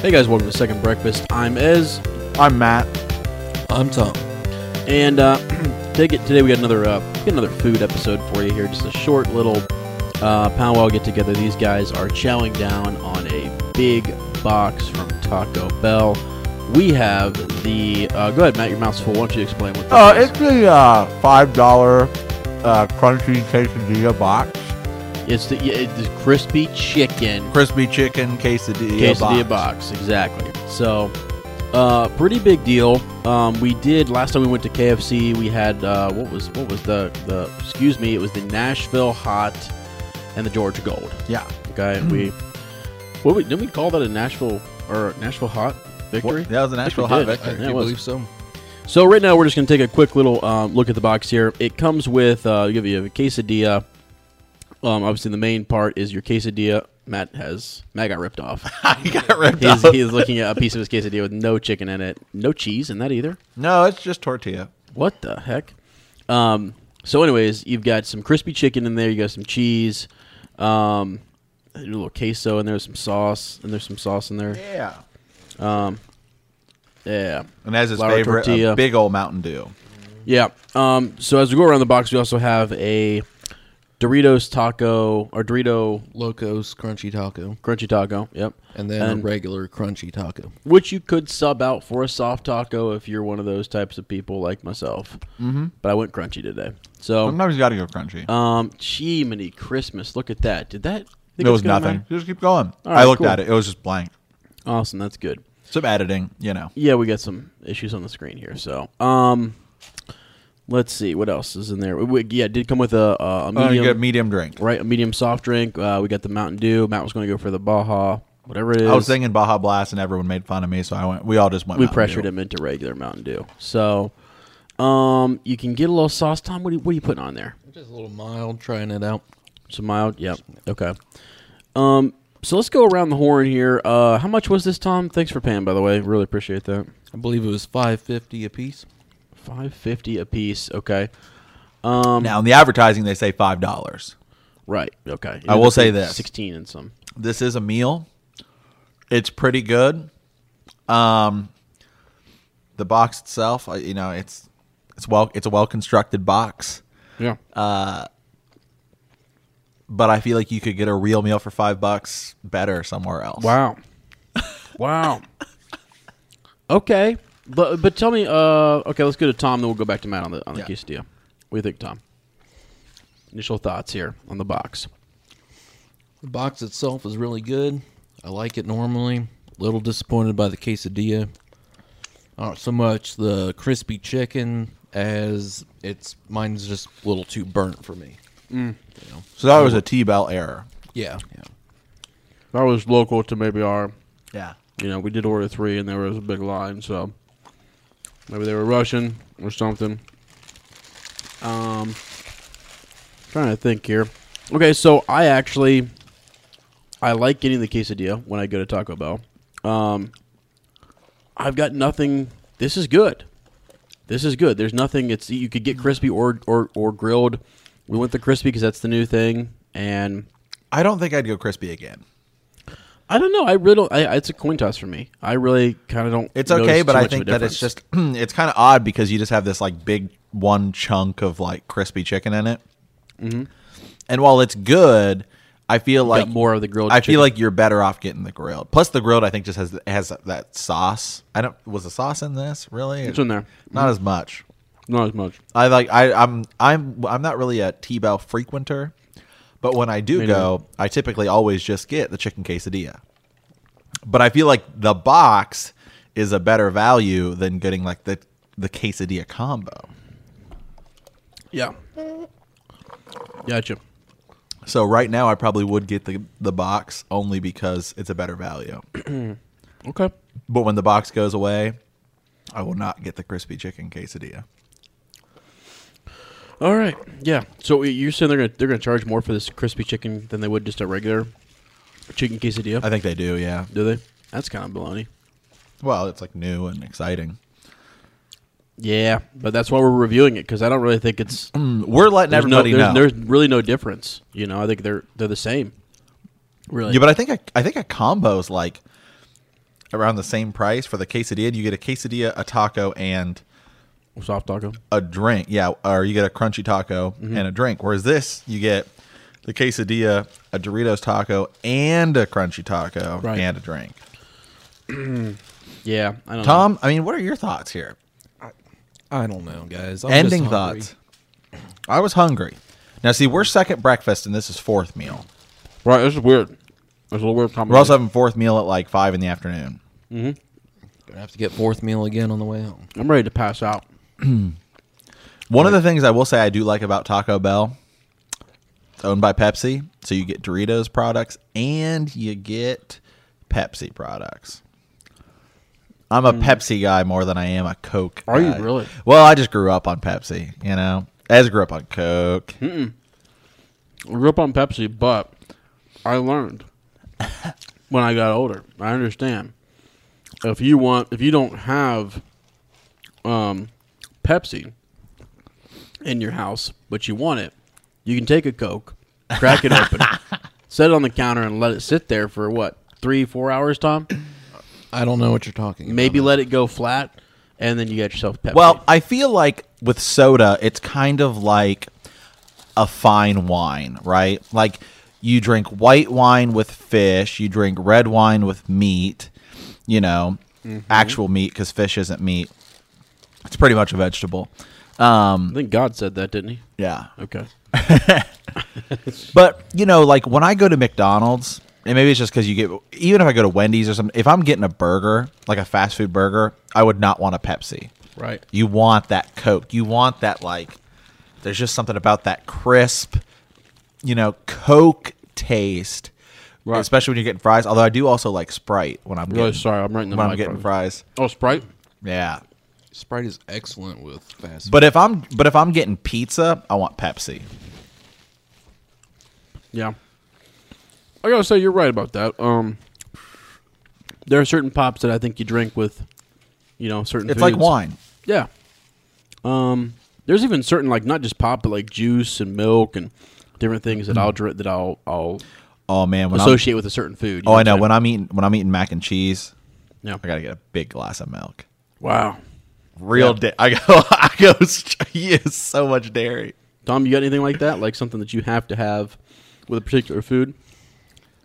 Hey guys, welcome to Second Breakfast. I'm Ez, I'm Matt. I'm Tom. and uh, take it today. We got another uh, we got another food episode for you here. Just a short little uh, powwow get together. These guys are chowing down on a big box from Taco Bell. We have the uh, go ahead, Matt. Your mouth's full. Why don't you explain what this Uh, is? it's the uh, five dollar uh, crunchy quesadilla box, It's the, yeah, it's the crispy chicken Crispy chicken quesadilla. quesadilla box. exactly. So, uh, pretty big deal. Um, we did last time we went to KFC. We had uh, what was what was the the excuse me? It was the Nashville hot and the Georgia Gold. Yeah. Okay. we what we didn't we call that a Nashville or Nashville hot victory? That was an I think actual we hot did. victory. Yeah, it I was. believe so. So right now we're just going to take a quick little um, look at the box here. It comes with uh, give you a quesadilla. Um, obviously the main part is your quesadilla. Matt has Matt got ripped off. I got ripped He's, off. he's looking at a piece of his quesadilla with no chicken in it, no cheese in that either. No, it's just tortilla. What the heck? Um, so, anyways, you've got some crispy chicken in there. You got some cheese, um, a little queso, and there's some sauce, and there's some sauce in there. Yeah. Yeah, And as his Flour uh, favorite, tortilla. a big old Mountain Dew. yeah. Um, so as we go around the box, we also have a Doritos taco or Dorito Locos crunchy taco, crunchy taco. Yep, and then a regular crunchy taco. which you could sub out for a soft taco if you're one of those types of people like myself. Mm-hmm. But I went crunchy today, so Sometimes you gotta go crunchy. Um, Chimney Christmas. Look at that. Did that? think it was gonna nothing. matter? Just keep going. All I right, looked cool. at it. It was just blank. Awesome. That's good. Some editing, you know. Yeah, we got some issues on the screen here. So, um, let's see what else is in there. We- we- yeah, it did come with a, a Oh, you medium, get a medium drink. right? A medium soft drink. Uh, we got the Mountain Dew. Matt was going to go for the Baja, whatever it is. I was thinking Baja Blast, and everyone made fun of me, so I went. We all just went. we Mountain pressured Dew. him into regular Mountain Dew. So, um, you can get a little sauce. Tom, what are you, what are you putting on there? Just a little mild, trying it out. Some mild. Yep. Okay. Um. So let's go around the horn here. Uh, how much was this, Tom? Thanks for paying, by the way. Really appreciate that. I believe it was five fifty a piece. Five fifty a piece. Okay. Now in the advertising, they say five dollars. Right. Okay. I will say this. Sixteen and some. This is a meal. It's pretty good. Um, the box itself, I- you know, it's it's well it's a well constructed box. Yeah. Uh, but I feel like you could get a real meal for five bucks better somewhere else. wow. wow. Okay. But but tell me. Uh. Okay. Let's go to Tom. Then we'll go back to Matt on the on the Yeah. quesadilla. What do you think, Tom? Initial thoughts here on the box. The box itself is really good. I like it normally. A little disappointed by the quesadilla. Not so much the crispy chicken as it's mine's just a little too burnt for me. So that was a T Bell error. Yeah, yeah. That was local to maybe our. Yeah. You know, we did order three, and there was a big line, so maybe they were rushing or something. Um, trying to think here. Okay, so I actually I like getting the quesadilla when I go to Taco Bell. Um, I've got nothing. This is good. This is good. There's nothing. It's you could get crispy or or or grilled. We went the crispy because that's the new thing, and I don't think I'd go crispy again. I don't know. I really don't. I, I- it's a coin toss for me. I really kind of don't. It's notice okay, too but I much of a think that it's difference. just it's kind of odd because you just have this like big Mm-hmm. one chunk of like crispy chicken in it. And while it's good, I feel Got like more of the grilled I chicken. feel like you're better off getting the grilled. Plus, the grilled I think just has has that sauce. I don't was the sauce in this really? It's in there. Not as much. Not as much. I like I I'm I'm I'm not really a T-Bell frequenter, but when I do Me go, I typically always just get the chicken quesadilla. But I feel like the box is a better value than getting like the the quesadilla combo. Yeah. Gotcha. So right now I probably would get the the box only because it's a better value. Okay. But when the box goes away, I will not get the crispy chicken quesadilla. All right. Yeah. So y- you're saying they're gonna they're gonna charge more for this crispy chicken than they would just a regular chicken quesadilla? I think they do, yeah. Do they? That's kind of baloney. Well, it's like new and exciting. Yeah, but that's why we're reviewing it because I don't really think it's Hmm, We're letting there's no everybody there's, know. there's really no difference. You know, I think they're they're the same. Really? Yeah, but I think a, I think a combo is like around the same price for the quesadilla. You get a quesadilla, a taco, and soft taco. a drink. Yeah, or you get a crunchy taco Mm-hmm. and a drink. Whereas this, you get the quesadilla, a Doritos taco, and a crunchy taco Right. and a drink. Yeah, I don't. know. Tom, I mean, what are your thoughts here? I don't know, guys. I'm just Ending hungry. thoughts. I was hungry. Now, see, we're second breakfast, and this is fourth meal. Right, this is weird. There's a little weird combination. We're also having fourth meal at like five in the afternoon. Gonna have to get fourth meal again on the way home. I'm ready to pass out. One of the things I will say I do like about Taco Bell, it's owned by Pepsi, so you get Doritos products and you get Pepsi products. I'm a Pepsi guy more than I am a Coke. Hmm. Are you guy. really? Well, I just grew up on Pepsi, you know. I just grew up on Coke. I grew up on Pepsi, but I learned when I got older. I understand. If you want, if you don't have um, Pepsi in your house, but you want it, you can take a Coke, crack it open, set it on the counter, and let it sit there for what three, four hours, Tom. I don't know what you're talking about. Maybe let it go flat, and then you get yourself Pepsi. Uh-huh. Well, I feel like with soda, it's kind of like a fine wine, right? Like you drink white wine with fish, you drink red wine with meat, you know, actual meat because fish isn't meat. It's pretty much a vegetable. I think God said that, didn't he? Yeah. Okay. But, you know, like when I go to McDonald's, and maybe it's just because you get, even if I go to Wendy's or something, if I'm getting a burger, like a fast food burger, I would not want a Pepsi. Right. You want that Coke. You want that like. There's just something about that crisp, you know, Coke taste. Right. Especially when you're getting fries. Although I do also like Sprite when I'm Really getting, sorry, I'm right in the when I'm mic getting right- fries. Oh, Sprite. Yeah. Sprite is excellent with fast. But if I'm but if I'm getting pizza, I want Pepsi. Yeah. I gotta say you're right about that. Um there are certain pops that I think you drink with you know, certain It's like foods. wine. Yeah. Um there's even certain like not just pop but like juice and milk and different things that I'll drink that I'll I'll Oh man, Mm. when I'm- associate with a certain food. you oh, I what know. I'm When I'm eating when I'm eating mac and cheese, saying? I yeah. gotta get a big glass of milk. Wow. Real da- I go I go he is so much dairy. Tom, you got anything like that? Like something that you have to have with a particular food?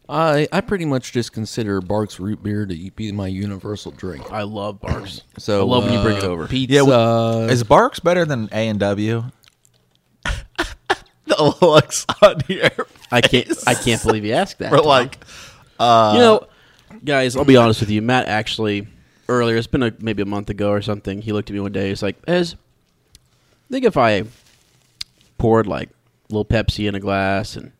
I I pretty much just consider Barks root beer to be my universal drink. I love bars. So I love when you bring it uh, over. Pizza. Yeah, Uh, Is Barks better than A and W? The looks on here. I can't I can't believe you asked that. We're Tom. like, you know, guys, I'll be honest with you. Matt actually earlier, it's been a, maybe a month ago or something. He looked at me one day. He's like, "Ez, think if I poured like a little Pepsi in a glass and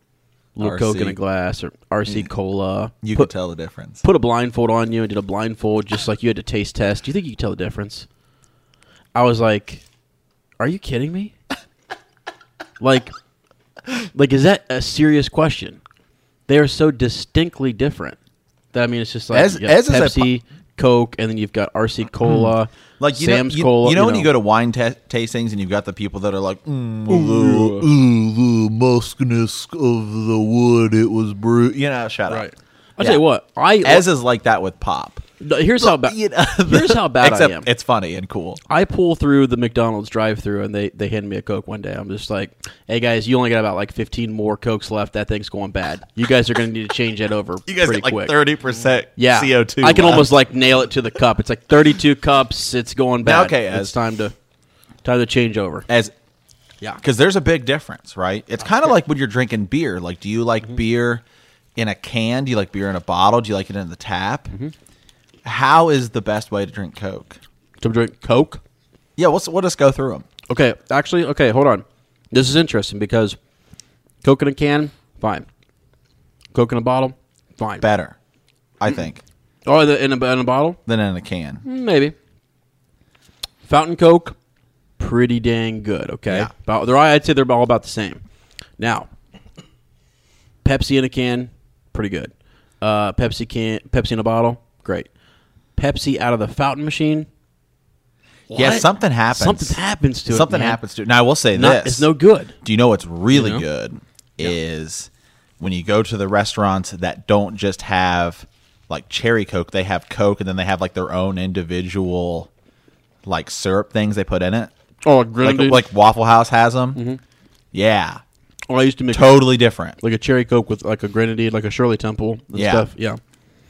a little Coke in RC. a glass or RC cola, you put, could tell the difference. put a blindfold on you and did a blindfold just like you had to taste test. Do you think you could tell the difference?" I was like, "Are you kidding me? like, like is that a serious question?" They are so distinctly different that I mean, it's just like As- you got as is a Mm-hmm. Pepsi, Coke, and then you've got RC Cola, like you Sam's know, you, Cola. you know when you go to wine ta tastings and you've got the people that are like, mm, the, ooh, the muskness of the wood, it was brewed. You know, shut right? up. I'll tell you what, I As is like that with pop. No, here's how bad. You know, here's how bad Except I am. It's funny and cool. I pull through the McDonald's drive-through and they they hand me a Coke one day. I'm just like, hey guys, you only got about like 15 more Cokes left. That thing's going bad. You guys are gonna need to change that over. You guys pretty get like quick. thirty percent yeah, CO two. I can almost like nail it to the cup. It's like 32 cups. It's going Now, bad. okay, uh, it's as- time to time to change over. as Yeah. because there's a big difference, right? It's kind of like when you're drinking beer. Like, do you Mm-hmm. like beer in a can? Do you like beer in a bottle? Do you like it in the tap? Mm-hmm. How is the best way to drink Coke? To drink Coke. Yeah, let's we'll just go through them. Okay, actually, okay, hold on. This is interesting because Coke in a can, fine. Coke in a bottle, fine. Better, I Mm-hmm. think, Or the, in, a, in a bottle, than in a can. maybe. Fountain Coke, pretty dang good. Okay, Yeah. about they're all- I'd say they're all about the same. Now, Pepsi in a can, pretty good. Uh, Pepsi can, Pepsi in a bottle, great. Pepsi out of the fountain machine, Yeah, What? something happens. Something happens to it, Something man. happens to it. Now I will say not, this: it's no good. Do you know what's really You know? good is when you go to the restaurants that don't just have like cherry coke, they have coke and then they have like their own individual like syrup things they put in it. Oh, Like, like, like Waffle House has them. Mm-hmm. Yeah. oh, I used to make Totally different. like a cherry coke with like a grenadine, like a Shirley Temple and Yeah. stuff. Yeah.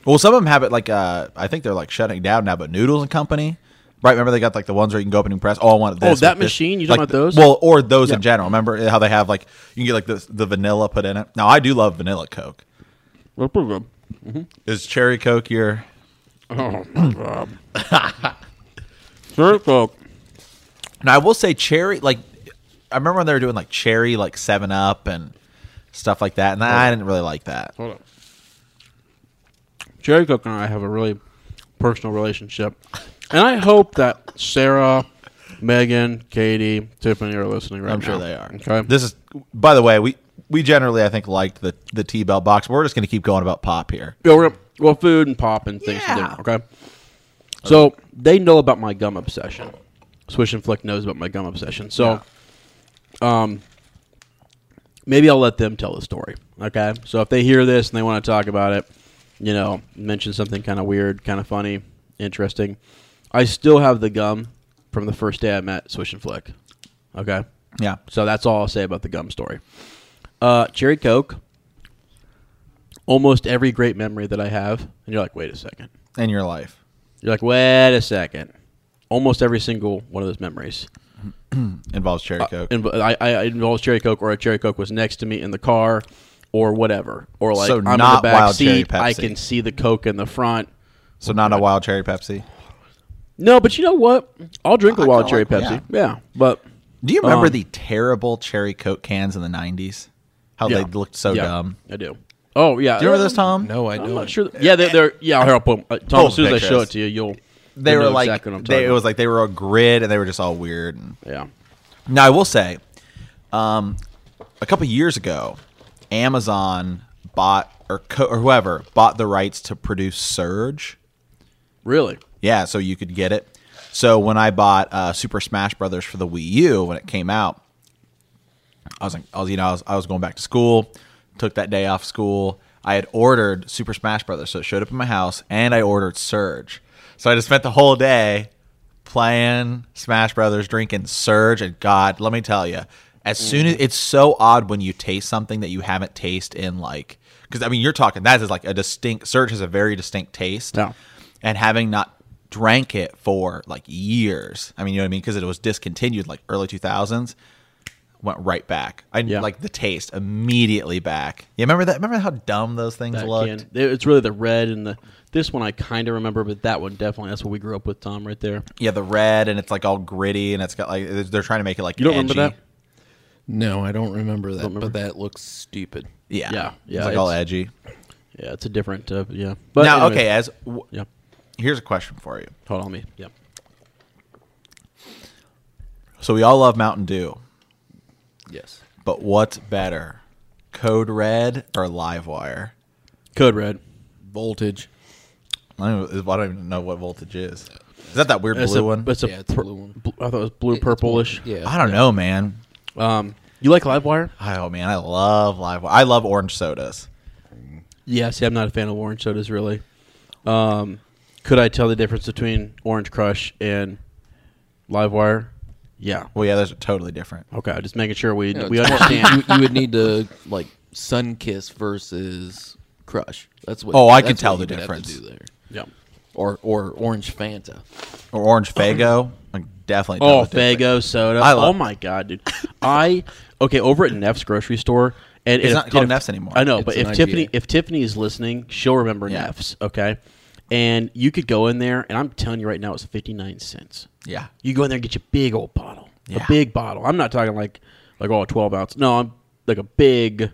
Well, some of them have it like uh I think they're like shutting down now, but Noodles and Company. Right, remember they got like the ones where you can go up and press. Oh, I want this. Oh, that with this. machine? You like, talking about those? Well, or those Yeah. in general. Remember how they have like you can get like the the vanilla put in it. Now I do love vanilla Coke. Well, pretty good. Is cherry coke your? Cherry coke. Now I will say cherry. Like I remember when they were doing like cherry, like Seven Up and stuff like that, and I didn't really like that. Hold up. Cherry coke and I have a really personal relationship, and I hope that Sarah, Megan, Katie, Tiffany are listening right I'm now. sure they are. Okay. This is, by the way, we we generally I think liked the the T Bell box. We're just going to keep going about pop here. Yeah, we're gonna- well, food and pop and things. to do, Yeah. okay. So they know about my gum obsession. Swish and Flick knows about my gum obsession. So, um, maybe I'll let them tell the story. Okay. So if they hear this and they want to talk about it, you know, mention something kind of weird, kind of funny, interesting. I still have the gum from the first day I met Swish and Flick. Okay. Yeah. So that's all I'll say about the gum story. Uh, cherry Coke. Almost every great memory that I have, and you're like, wait a second. In your life, You're like, wait a second. Almost every single one of those memories. involves cherry coke. And I, I I involved cherry coke, or a cherry coke was next to me in the car, or whatever, or like So I'm in the not back Wild Cherry seat. I Pepsi. can see the coke in the front. so not a wild cherry Pepsi. No, but you know what? I'll drink a I wild kinda cherry like- Pepsi. Yeah, but Do you remember Um, the terrible cherry coke cans in the '90s? How yeah. they looked so Yeah, dumb. I do. Oh yeah. Do you remember this, Tom? No, I I'm don't. not sure. Yeah, they're, they're yeah. Here, I'll pull 'em. Uh, Tom, Pull as soon as I pictures. show it to you, you'll. they you'll were know like exactly what I'm they, talking it was like they were a grid and they were just all weird. And about. now I will say, um, a couple years ago, Amazon bought or, co- or whoever bought the rights to produce Surge. yeah, really. Yeah, so you could get it. So when I bought uh, Super Smash Brothers for the Wii U when it came out, I was like, I was you know I was, I was going back to school, took that day off school. I had ordered Super Smash Brothers, so it showed up in my house, and I ordered Surge. So I just spent the whole day playing Smash Brothers, drinking Surge, and God, let me tell you, as soon as it's so odd when you taste something that you haven't tasted in like, because I mean you're talking that is like a distinct Surge has a very distinct taste, Yeah. and having not drank it for like years, I mean you know what I mean because it was discontinued like early 2000s went right back. I Yeah. like the taste immediately back. You remember that? Remember how dumb those things That looked? can, it's really the red and the. This one I kind of remember, but that one definitely. That's what we grew up with, Tom, right there. Yeah, the red and it's like all gritty and it's got like they're trying to make it like You don't remember that? edgy. No, I don't remember that, remember? but that looks stupid. Yeah, Yeah, yeah, it's like all it's- edgy. Yeah, it's a different. Uh, yeah. But Now, anyway, okay, as w- Yeah. here's a question for you. Hold on, me. Yeah. So we all love Mountain Dew, Yes. but what's better, Code Red or Livewire? Code red. Voltage. I don't, even- I don't even know what voltage is. Is that that weird It's blue a, one? It's a Yeah, it's a pur- blue one. bl- I thought it was blue purplish. Yeah. I don't know, man. Um, you like Livewire? Oh man, I love Livewire. I love orange sodas. Yeah. See, I'm not a fan of orange sodas really. um, Could I tell the difference between Orange Crush and Livewire? Yeah. Well, yeah, those are totally different. Okay, just making sure we No, we it's- understand. you, you would need to like sun kiss versus crush. That's what. Oh, I can that's tell what the you would have to difference. do there. yeah. Or or orange Fanta. Or Orange Fago. I definitely tell Oh, the difference. Fago soda. I love oh it. my god, dude. I okay over at Neff's grocery store, and It's if- not called if- Neff's anymore. I know, It's but an if Tiffany IPA. if Tiffany is listening, she'll remember Yeah. Neff's. Okay, and you could go in there, and I'm telling you right now, it's fifty nine cents. Yeah. You go in there and get your big old bottle, Yeah. a big bottle. I'm not talking like like all 12 ounce. No, I'm like a big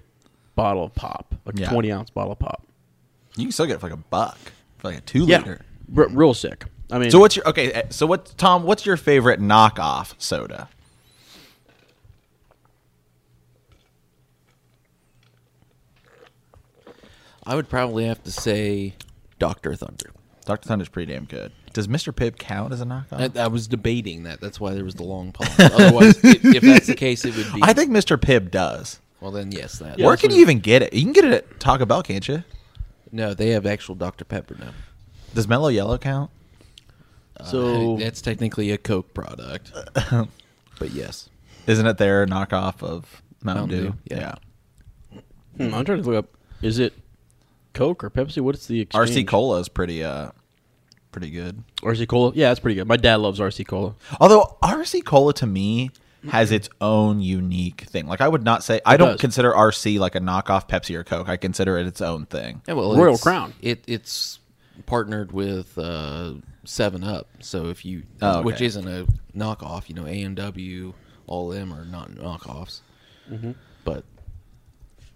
bottle of pop, like Yeah. a 20 ounce bottle of pop. You can still get it for like a buck, for like a two Yeah, liter. R- real sick. I mean, So what's your okay? eh, So what, Tom? What's your favorite knockoff soda? I would probably have to say Doctor Thunder. Doctor Thunder's pretty damn good. Does Mister Pibb count as a knockoff? I, I was debating that. That's why there was the long pause. Otherwise, if, if that's the case, it would be. I think Mister Pibb does. Well, then yes, that. Where can you even get it? You can get it at Taco Bell, can't you? No, they have actual Dr Pepper now. Does Mellow Yellow count? so that's technically a Coke product. but yes, Isn't it their knockoff of Mountain, Mountain Dew? Dew, yeah. hmm, I'm trying to look up. Is it Coke or Pepsi? What's the exchange? RC Cola is pretty uh pretty good. RC Cola. Yeah, that's pretty good. My dad loves RC Cola. Although RC Cola to me has its own unique thing. Like I would not say I don't does. consider RC like a knockoff Pepsi or Coke. I consider it its own thing. yeah, well, Royal it's- Crown. It it's partnered with uh, Seven Up. So if you, Oh, okay. which isn't a knockoff, you know, AMW, all them are not knockoffs. Mm-hmm. But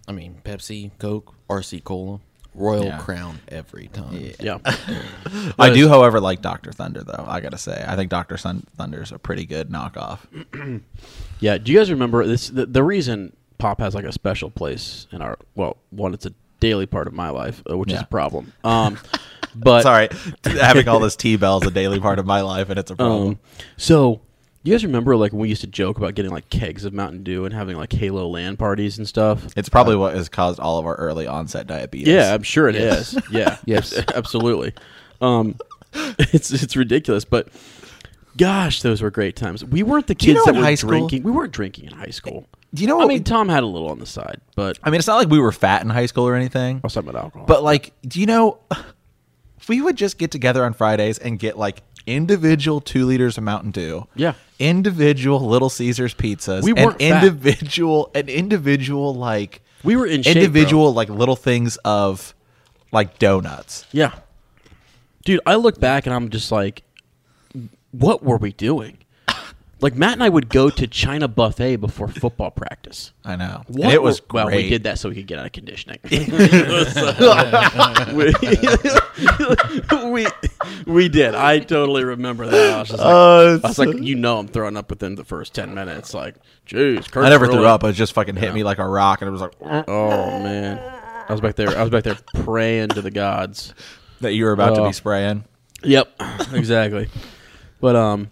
I mean, Pepsi, Coke, RC Cola, Royal Yeah. Crown every time. Yeah. I do, however, like Doctor Thunder though. I gotta say, I think Doctor Sun- Thunder's a pretty good knockoff. Yeah. Do you guys remember this? The, the reason pop has like a special place in our well, one, it's a daily part of my life, uh, which is Yeah. a problem. Um, but Sorry, having all this T Bell is a daily part of my life, and it's a problem. Um, so you guys remember like when we used to joke about getting like kegs of Mountain Dew and having like Halo LAN parties and stuff? it's probably what has caused all of our early onset diabetes. Yeah, I'm sure it is. Yeah. Yes. Absolutely. Um, it's it's ridiculous, but gosh, those were great times. We weren't the kids you know that in were high school- drinking. We weren't drinking in high school. Do you know I what mean, we- Tom had a little on the side, but I I mean, it's not like we were fat in high school or anything. was talking about alcohol. But like, do you know, we would just get together on Fridays and get like individual two liters of Mountain Dew. Yeah. Individual Little Caesars pizzas. We and weren't fat. individual an individual like we were in shape, bro. individual like little things of like donuts. Yeah. Dude, I look back and I'm just like, what were we doing? Like Matt and I would go to China buffet before football practice. I know. And What it was were- well, we great. did that so we could get out of conditioning. So- we, we did. I totally remember that. I was just like, Oh, I was like, you know, I'm throwing up within the first ten minutes. Like, jeez, Kurt I never threw threw up. It just fucking hit me like a rock, and it was like Oh man, I was back there. I was back there praying to the gods. that you were about to Oh. be spraying. Yep, exactly. But um,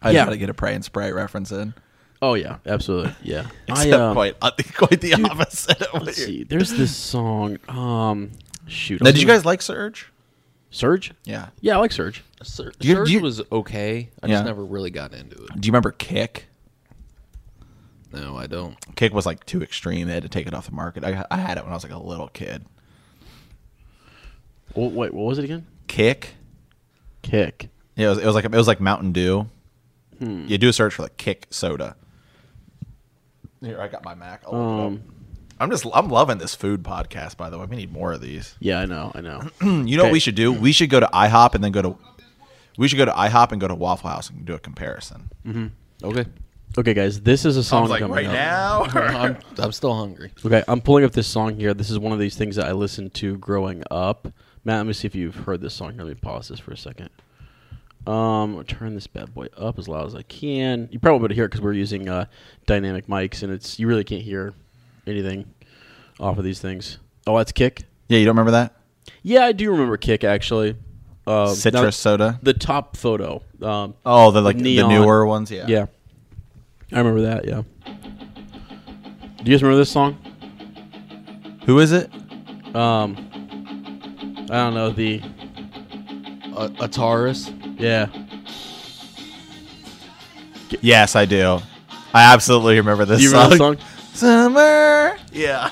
I Yeah. got to get a pray and spray reference in. oh yeah, absolutely, yeah. Except um, quite, uh, quite the opposite. Of what let's you see, there's this song. Um, shoot. I now, was did you gonna- guys like Surge? Surge? Yeah. Yeah, I like Surge. Sur- Do you- Surge do you- was okay. I Yeah. just never really got into it. Do you remember Kick? No, I don't. Kick was like too extreme. They had to take it off the market. I, I had it when I was like a little kid. Oh, wait, what was it again? Kick. Kick. Yeah, it was, it was like it was like Mountain Dew. You do a search for like Kick soda. Here, I got my Mac. I'll look it up. I'm just I'm loving this food podcast. By the way, we need more of these. Yeah, I know, I know. Hmm, You know what Okay. we should do? We should go to IHOP and then go to. We should go to IHOP and go to Waffle House and do a comparison. Okay. okay, guys, this is a song Sounds like coming right up. now. I'm, I'm still hungry. Okay, I'm pulling up this song here. This is one of these things that I listened to growing up. Matt, let me see if you've heard this song. here. Let me pause this for a second. Um, I'll turn this bad boy up as loud as I can. You probably would hear it because we're using uh, dynamic mics, and it's you really can't hear anything off of these things. Oh, that's Kick. yeah, you don't remember that Yeah, I do remember Kick actually. Um, citrus now- soda? The top photo. Um, Uh, Oh, the like neon. the newer ones. Yeah. yeah, I remember that. Yeah. Do you guys remember this song? Who is it? Um, I don't know the a, a Taurus. Yeah. Yes, I do. I absolutely remember this You song. remember that song? Summer. Yeah.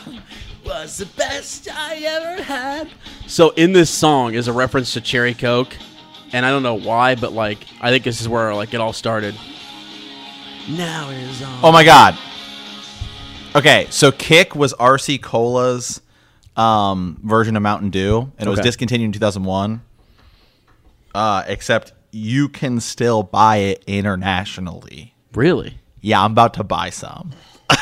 was the best I ever had. So in this song is a reference to Cherry Coke, and I don't know why, but like I think this is where like it all started. Now it is on. Oh my god. Okay, so Kick was RC Cola's um, version of Mountain Dew, and it was Okay. discontinued in 2001. Uh, except you can still buy it internationally. Really? Yeah, I'm about to buy some.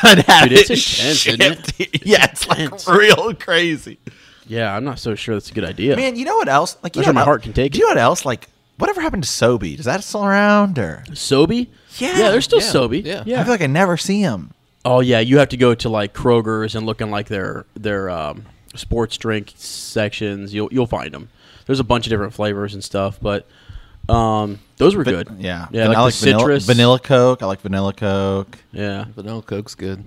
and have Dude, it's it intense, isn't it? shipped. Yeah, it's like real crazy. Yeah, I'm not so sure that's a good idea. Man, you know what else? Like, you Not know sure what my el- heart can take Do you know what else? Like, whatever happened to Sobe? Does that still around? Or Sobe? Yeah, Yeah, they're still yeah, Sobe. yeah. I feel like I never see him. Oh yeah, you have to go to like Kroger's and look in like their their um, sports drink sections. You'll you'll find them. There's a bunch of different flavors and stuff, but um, those were good. Yeah, yeah, Van- like, I like the vanilla, citrus, vanilla Coke. I like vanilla Coke. Yeah, Vanilla Coke's good.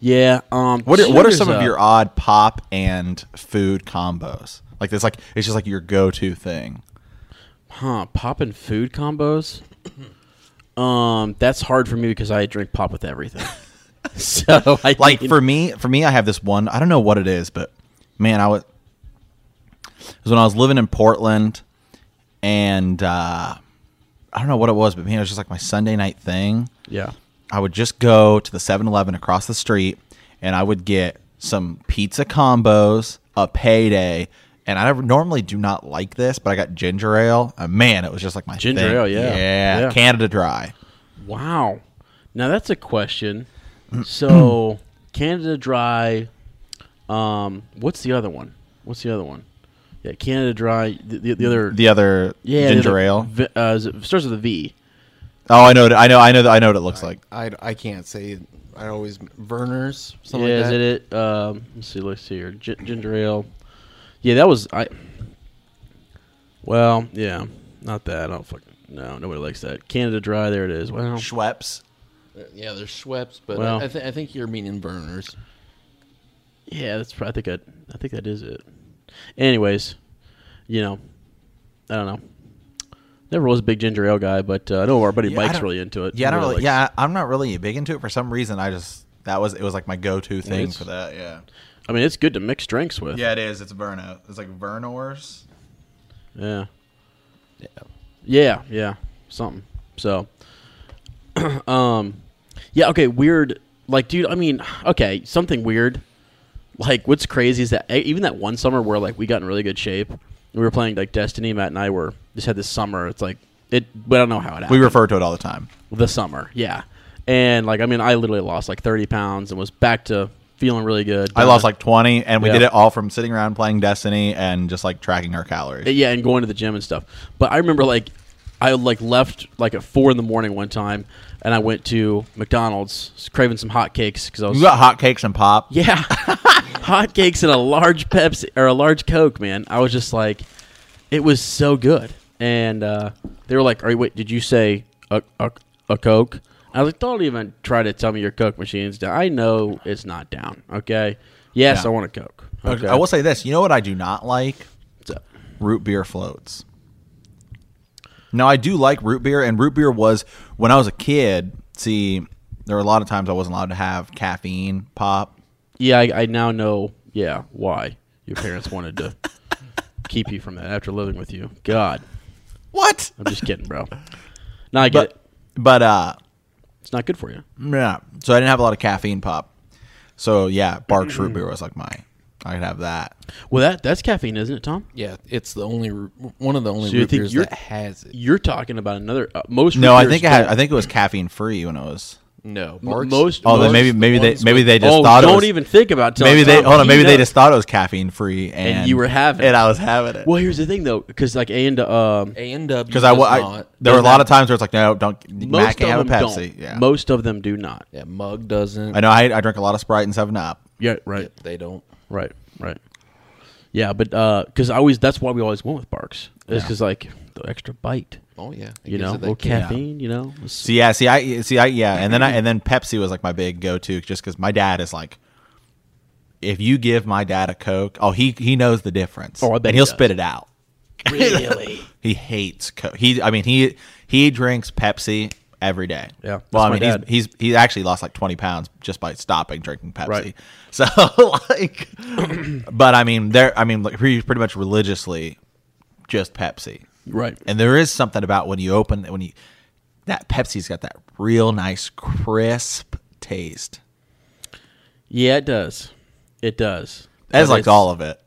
yeah. Um, What are, what are sugar's some of a- your odd pop and food combos? Like it's like it's just like your go to thing. Huh, pop and food combos. Um, that's hard for me because I drink pop with everything. so I Like mean- for me, for me, I have this one. I don't know what it is, but man, I was it was when I was living in Portland, and uh, I don't know what it was, but man, it was just like my Sunday night thing. yeah, I would just go to the 7-Eleven across the street and I would get some pizza combos, a payday, and I normally do not like this, but I got ginger ale. And man, it was just like my Ginger thing. ale, yeah. yeah, Yeah. Canada Dry. wow. Now that's a question. So Canada Dry. Um, what's the other one? What's the other one? Yeah, Canada Dry. The, the, the other. The other yeah, the ginger other- ale. Vi- uh, is it- starts with a V. Oh, I know, it- I know, I know, I know what it looks like. I, I can't say. it. I always Verner's yeah, something like is that. it it? Um, let's see. Let's see here. G- ginger ale. Yeah, that was I. Well, yeah, not that. I don't fucking no. Nobody likes that. Canada Dry. There it is. Well, Schweppes. Yeah, there's Schweppes, but Well. I, I, th- I think you're meaning Verner's. yeah, that's. prob- I think I. I think that is it. Anyways, you know, I don't know. Never was a big ginger ale guy, but uh, I know our buddy Yeah, I Mike's don't- really into it. Yeah, He I don't really, likes- yeah, I'm not really big into it for some reason. I just that was it was like my go to thing it's- for that. Yeah, I mean, it's good to mix drinks with. yeah, it is. It's Verno. It's like Vernor's. Yeah. Yeah. Yeah, yeah. Something. So um yeah, okay, weird like dude, I mean, okay, something weird. Like what's crazy is that eh, even that one summer where like we got in really good shape, we were playing like Destiny, Matt and I were just had this summer. It's like it but I don't know how it happened. We refer to it all the time. the summer, yeah. And like I mean, I literally lost like 30 pounds and was back to feeling really good. I lost like 20, and we Yeah. did it all from sitting around playing Destiny and just like tracking our calories. yeah, and going to the gym and stuff. But I remember like I like left like at four in the morning one time, and I went to McDonald's craving some hotcakes because I was You got hotcakes and pop. yeah, hotcakes and a large Pepsi or a large Coke, man. I was just like, it was so good, and uh, they were like, "Are you wait? Did you say a a, a Coke?" I was like, "Don't even try to tell me your Coke machine's down. I know it's not down. Okay, yes, Yeah. I want a Coke. Okay, I will say this. You know what I do not like? What's up? Root beer floats. Now I do like root beer, and root beer was when I was a kid. See, there were a lot of times I wasn't allowed to have caffeine pop. Yeah, I, I now know. Yeah, why your parents wanted to keep you from that after living with you. God, What? I'm just kidding, bro. No, I get But it. but uh, It's not good for you. yeah. So I didn't have a lot of caffeine pop. So yeah, Barks root beer was like my. I could have that. Well, that that's caffeine, isn't it, Tom? Yeah, it's the only r- one of the only So you root think beers you're- that has it. You're talking about another uh, most. No, root I beers think I had, don't. I think it was caffeine free when it was. No, M- Barks- most- Oh, Those then maybe are maybe they ones maybe with- they just Oh, thought it don't was, even think about. Telling maybe they Tom, hold on he maybe they knows. just thought it was caffeine free and, you were having and it. I was having it. Well, here's the thing though, because like A and um, A and W because I, wa- I not. there were a lot of times where it's like no don't most Matt can't of have a them Pepsi. don't. Yeah, Most of them do not. Yeah, Mug doesn't. I know I I drink a lot of Sprite and Seven Up. Yeah, right. They don't. Right, right. Yeah, but because I always that's why we always went with Barks. It's because like the extra bite, Oh yeah, it you gives know, it that little kick. caffeine, you know. It's- So yeah, see I see I yeah, and then I and then Pepsi was like my big go to just because my dad is like. If you give my dad a Coke, oh he he knows the difference. Oh, I bet and he he'll does. spit it out. Really? He hates Coke. He, I mean, he he drinks Pepsi every day. Yeah, Well, I that's mean, my he's, dad. he's he actually lost like twenty pounds just by stopping drinking Pepsi. Right. So like, but I mean, there. I mean, like he's pretty much religiously just Pepsi. Right. And there is something about when you open when you that Pepsi's got that real nice crisp taste. Yeah, it does. It does. That's But like it's- all of it.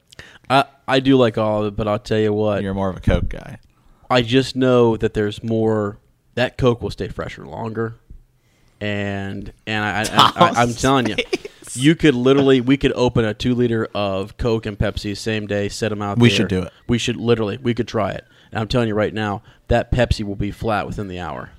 I I do like all of it, but I'll tell you what. You're more of a Coke guy. I just know that there's more. That Coke will stay fresher longer, and and I, I, I, I'm telling you, you could literally we could open a two liter of Coke and Pepsi same day, set them out. We there. should do it. We should literally we could try it. And I'm telling you right now, that Pepsi will be flat within the hour,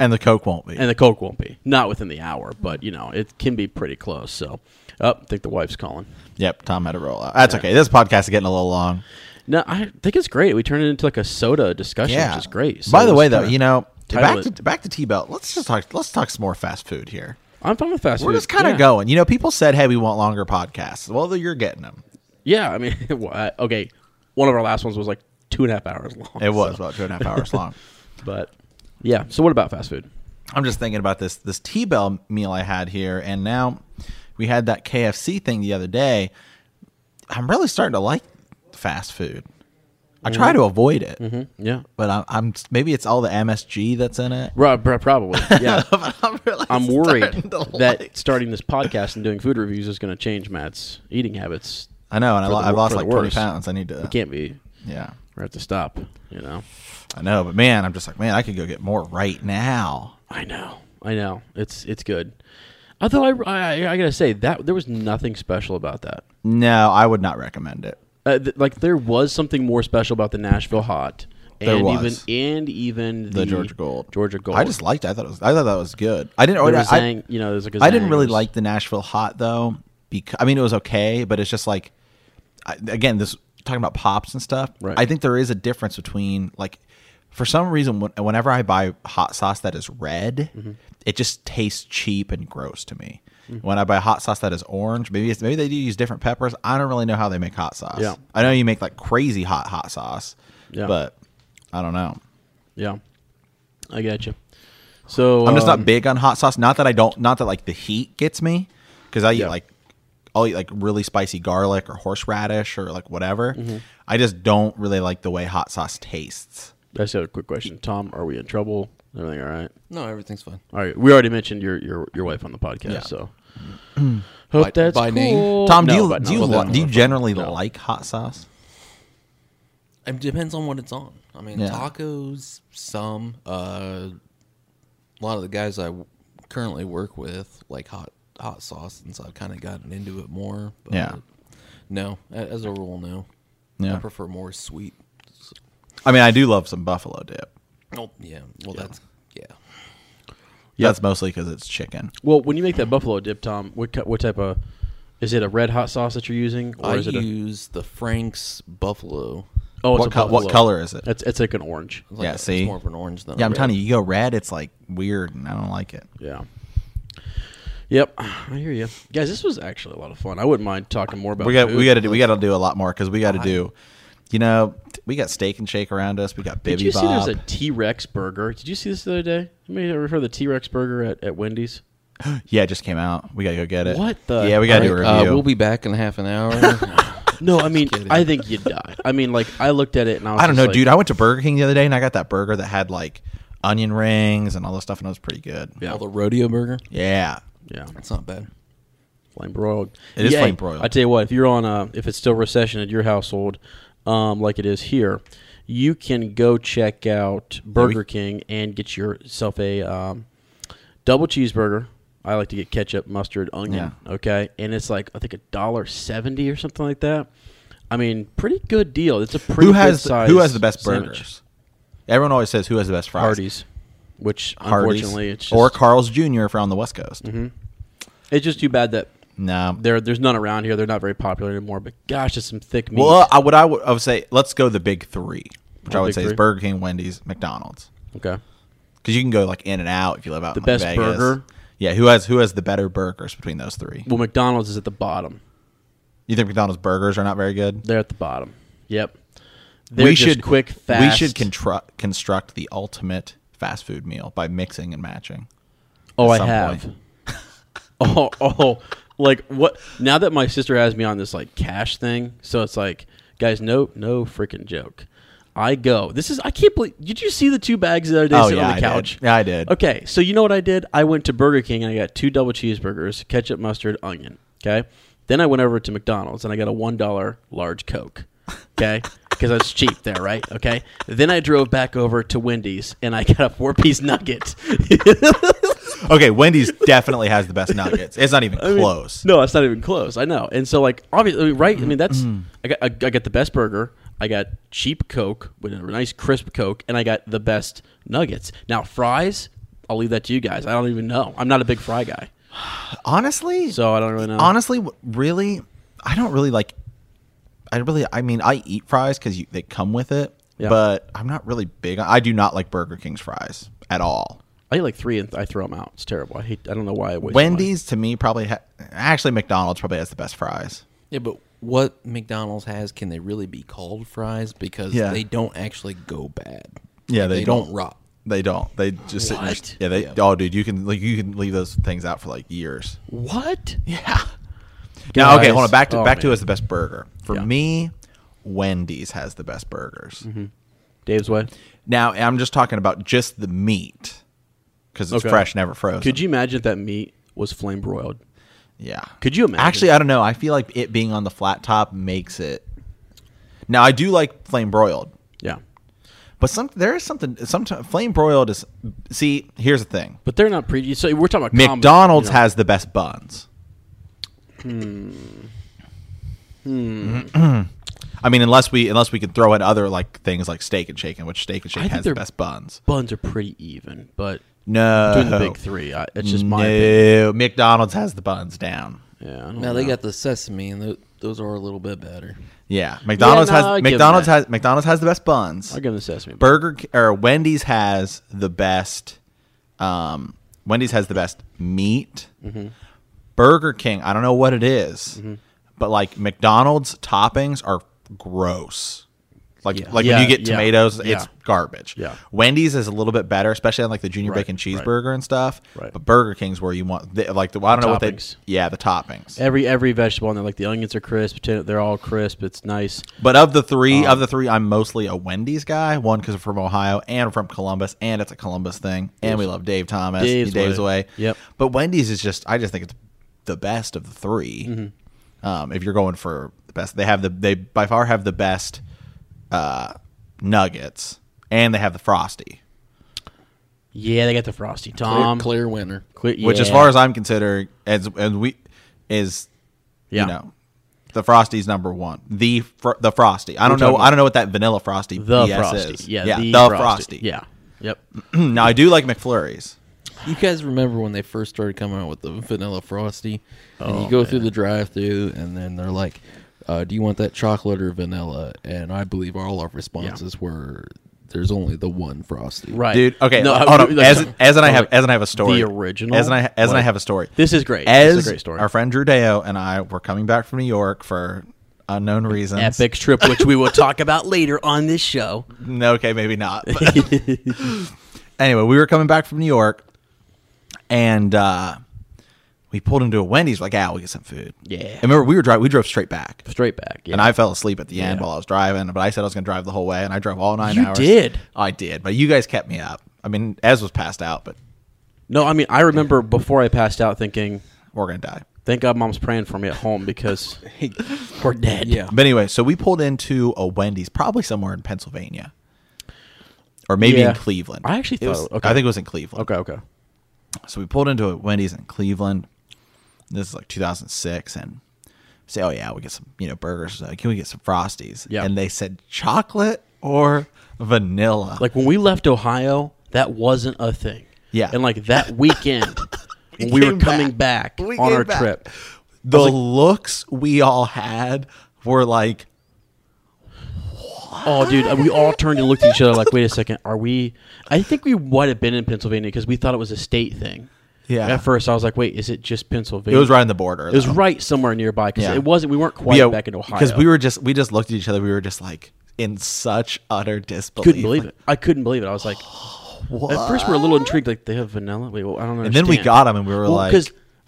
And the Coke won't be. and the Coke won't be not within the hour, but you know it can be pretty close. So, oh, I think the wife's calling. Yep, Tom had a roll out. That's okay. This podcast is getting a little long. No, I think it's great. We turned it into like a soda discussion, Yeah, which is great. So By the it's way, though, kinda- you know, back title to, back to T Belt. Let's just talk. Let's talk some more fast food here. I'm fine with fast We're food. just kind of Yeah. going. You know, people said, "Hey, we want longer podcasts." Well, you're getting them. Yeah, I mean, well, I- okay. One of our last ones was like two and a half hours long. It was so- about two and a half hours long. but yeah. So what about fast food? I'm just thinking about this this T Bell meal I had here, and now we had that KFC thing the other day. I'm really starting to like fast food. I try Mm-hmm. to avoid it, Yeah, but I'm, I'm maybe it's all the MSG that's in it. Ro- pro- probably. Yeah, I'm, really I'm worried starting to that like- starting this podcast and doing food reviews is going to change Matt's eating habits. I know, and I for lo- the I've wor- lost for the like 20 worse. pounds. I need to. It can't be. Yeah, We have to stop. You know. I know, but man, I'm just like, man, I could go get more right now. I know. I know. It's it's good. Although I I, I gotta say that there was nothing special about that. No, I would not recommend it. Uh, th- like there was something more special about the Nashville hot. And There was. even and even the, The, Georgia Gold, Georgia Gold. I just liked. It. I thought it was. I thought that was good. I didn't. There order. was I, zang- you know, there's like a I didn't zang, really there's- like the Nashville hot though. Because I mean, it was okay, but it's just like, I, again, this talking about pops and stuff. Right. I think there is a difference between like, for some reason, when, whenever I buy hot sauce that is red, Mm-hmm. it just tastes cheap and gross to me. Mm. When I buy hot sauce that is orange, maybe it's, maybe they do use different peppers. I don't really know how they make hot sauce. Yeah. I know you make like crazy hot hot sauce, Yeah. but I don't know. Yeah, I got you. So I'm just um, not big on hot sauce. Not that I don't. Not that like the heat gets me, because I eat Yeah. like I'll eat like really spicy garlic or horseradish or like whatever. I just don't really like the way hot sauce tastes. I just have a quick question, Tom. Are we in trouble? Everything all right? No, everything's fine. All right. We already mentioned your your, your wife on the podcast, Yeah. so hope By- that's by name? cool. Tom, No, do you but do you, no, li- no, do you no. generally like hot sauce? It depends on what it's on. I mean, Yeah. tacos, some. Uh, a lot of the guys I w- currently work with like hot hot sauce, and so I've kind of gotten into it more. But Yeah. No, a- as a rule, no. Yeah. I prefer more sweet. I mean, I do love some buffalo dip. Oh, yeah. Well, that's yeah. Yeah, That's mostly because it's chicken. Well, when you make that buffalo dip, Tom, what ki- what type of is it a red hot sauce that you're using, or I is it a, use the Frank's Buffalo. oh, it's What, a co- what buffalo. color is it? It's it's like an orange. It's like Yeah, a- it's see? more of an orange than. Yeah, a I'm red. telling you, you go red, it's like weird, and I don't like it. Yeah. Yep, I hear you guys. This was actually a lot of fun. I wouldn't mind talking more about. we got we food. got to do we got to do a lot more because we got to do, you know, we got steak and shake around us. We got Bibby Did you see Bob. there's a T Rex burger? Did you see this the other day? You may refer to the T Rex burger at, at Wendy's. Yeah, it just came out. We gotta go get it. What the- Yeah, we gotta All do right, a review. Uh, we'll be back in half an hour. No, I mean, I think you'd die. I mean, like, I looked at it and I was I don't just know, like, dude. I went to Burger King the other day and I got that burger that had like onion rings and all this stuff, and it was pretty good. Yeah. All the rodeo burger. Yeah. Yeah, It's not bad. flame broiled. It is Yay. flame broiled. I tell you what, if you're on a, if it's still recession at your household, um, like it is here, you can go check out Burger King and get yourself a um, double cheeseburger. I like to get ketchup, mustard, onion. Okay, and it's like I think a dollar seventy or something like that. I mean, pretty good deal. It's a pretty Who has good the, size who has the best sandwich. burgers? Everyone always says who has the best fries. Hardee's, which Hardee's. unfortunately it's just, Mm-hmm. or Carl's Jr. if you're on the West Coast. it's just too bad that No. there there's none around here. They're not very popular anymore. But gosh, it's some thick meat. Well, uh, I would I would I would say let's go the big three, which The I would big say is three? Burger King, Wendy's, McDonald's. okay. Because you can go like in and out if you live out the in like, best Vegas. burger? Yeah, who has who has the better burgers between those three? Well, McDonald's is at the bottom. You think McDonald's burgers are not very good? They're at the bottom. Yep. They're we just should quick, We fast. should contru- construct the ultimate fast food meal by mixing and matching. Oh, at I some have. point. oh, oh, like what? Now that my sister has me on this like cash thing, so it's like, guys, no, no freaking joke. I go. This is. I can't believe. Did you see the two bags the other day Oh, sitting yeah, on I the did. couch? Yeah, I did. Okay, so you know what I did? I went to Burger King and I got two double cheeseburgers, ketchup, mustard, onion. Okay. Then I went over to McDonald's and I got a one dollar large Coke. Okay. Because I was cheap there, right? Okay. Then I drove back over to Wendy's and I got a four piece nugget. Okay, Wendy's definitely has the best nuggets. It's not even close. No, it's not even close. I know. And so, like, obviously, right? I mean, that's I got I, I got the best burger. I got cheap Coke with a nice crisp Coke, and I got the best nuggets. Now, fries, I'll leave that to you guys. I don't even know. I'm not a big fry guy, Honestly, so I don't really know. honestly, w- really, I don't really like. I really, I mean, I eat fries because they come with it, Yeah. but I'm not really big. on I do not like Burger King's fries at all. I eat like three and I throw them out. It's terrible. I hate. I don't know why I waste. money. Wendy's to me probably ha- actually McDonald's probably has the best fries. Yeah, but what McDonald's has can they really be called fries because Yeah. they don't actually go bad. Yeah, they don't, don't. rot. They don't. They just sit in your, What? yeah. They oh, dude, you can like you can leave those things out for like years. What? Yeah. Now, okay, Guys. hold on. Back to Oh, back to man. is the best burger for Yeah. Mm-hmm. me. Wendy's has the best burgers. Dave's way. Now I'm just talking about just the meat because it's Okay. fresh, never frozen. Could you imagine if that meat was flame broiled? Yeah. Could you imagine? Actually, I don't know. I feel like it being on the flat top makes it. Now I do like flame broiled, Yeah, but some there is something. Sometimes flame broiled is. See, here's the thing. but they're not pre. So we're talking about common, McDonald's you know. has the best buns. Hmm. I mean, unless we unless we could throw in other like things like Steak and Shake, in which Steak and Shake think has the they're- best buns. buns are pretty even, but No, between the big three, I, it's just my opinion. no, McDonald's has the buns down. Yeah, I don't Now they know. got the sesame and tho- those are a little bit better. Yeah, McDonald's no, I'll has give 'em McDonald's that. has McDonald's has the best buns. I'll give them the sesame. Bur- Burger K- or Wendy's has the best. Um, Wendy's has the best meat. Mm-hmm. Burger King, I don't know what it is, but like McDonald's toppings are gross. Like like Yeah, when you get yeah, tomatoes, yeah. it's garbage. Yeah. Wendy's is a little bit better, especially on like the junior Right, bacon right. cheeseburger and stuff. Right. But Burger King's where you want they, like the, I don't know Toppings. what they yeah the toppings. every every vegetable in there, like the onions are crisp, potato- they're all crisp. It's nice. But of the three, of the three, I'm mostly a Wendy's guy. One because I'm from Ohio and from Columbus, and it's a Columbus thing. And we love Dave Thomas, Dave's Dave's, Dave's way. way. Yep. But Wendy's is just, I just think it's the best of the 3 Um, if you're going for the best, they have the they by far have the best uh, nuggets, and they have the frosty, Yeah, they got the frosty Clear, Tom. clear winner. Quick- which as yeah. far as I'm considering, as and we is, Yeah. you know. The Frosty's number one. The fr- the Frosty. I don't talking know. I don't know what that vanilla Frosty the BS frosty, is. yeah, yeah, Hmm, the, frosty. yeah, yep. Now I do like McFlurries. You guys remember when they first started coming out with the vanilla frosty? And you go through the drive-through, and then they're like, uh, "Do you want that chocolate or vanilla?" And I believe all our responses were, "There's only the one frosty." Right, Dude, okay, No, I hold would- on. like- As, as and I oh, have like, as and I have a story. the original? As and I as and I Like, have a story. this is great. As this is a great story. our friend Drew Deo and I were coming back from New York for unknown reasons. epic trip, which we will talk about later on this show. No, okay, maybe not. anyway, we were coming back from New York, and uh, we pulled into a Wendy's. Like, ah, we get some food. Yeah. And remember, we were driving. We drove straight back. Straight back, yeah. And I fell asleep at the end Yeah. while I was driving, but I said I was going to drive the whole way, and I drove all nine You hours. did. I did, but you guys kept me up. I mean, Ez was passed out, but no, I mean, I remember before I passed out thinking, we're going to die. "Thank God, Mom's praying for me at home because we're dead." Yeah. But anyway, so we pulled into a Wendy's, probably somewhere in Pennsylvania, or maybe Yeah. in Cleveland. I actually It was- thought- okay. I think it was in Cleveland. Okay. Okay. So we pulled into a Wendy's in Cleveland. This is like 2006, and say, oh yeah, we get some you know burgers. So, Can we get some frosties? Yeah. And they said chocolate or vanilla. Like when we left Ohio, that wasn't a thing. Yeah. And like that weekend, when we were came coming back, We on came our back. trip. the looks we all had were like Oh, dude, and we all turned and looked at each other like, wait a second, are we? I think we might have been in Pennsylvania because we thought it was a state thing. Yeah. At first, I was like, wait, is it just Pennsylvania? it was right on the border. It was right somewhere nearby because Yeah. it wasn't. We weren't quite back in Ohio because we were just we just looked at each other. We were just like, in such utter disbelief. couldn't believe Like, it. I couldn't believe it. I was like, at first we were a little intrigued. Like they have vanilla. Wait, well, I don't know. And then we got them, and we were like, and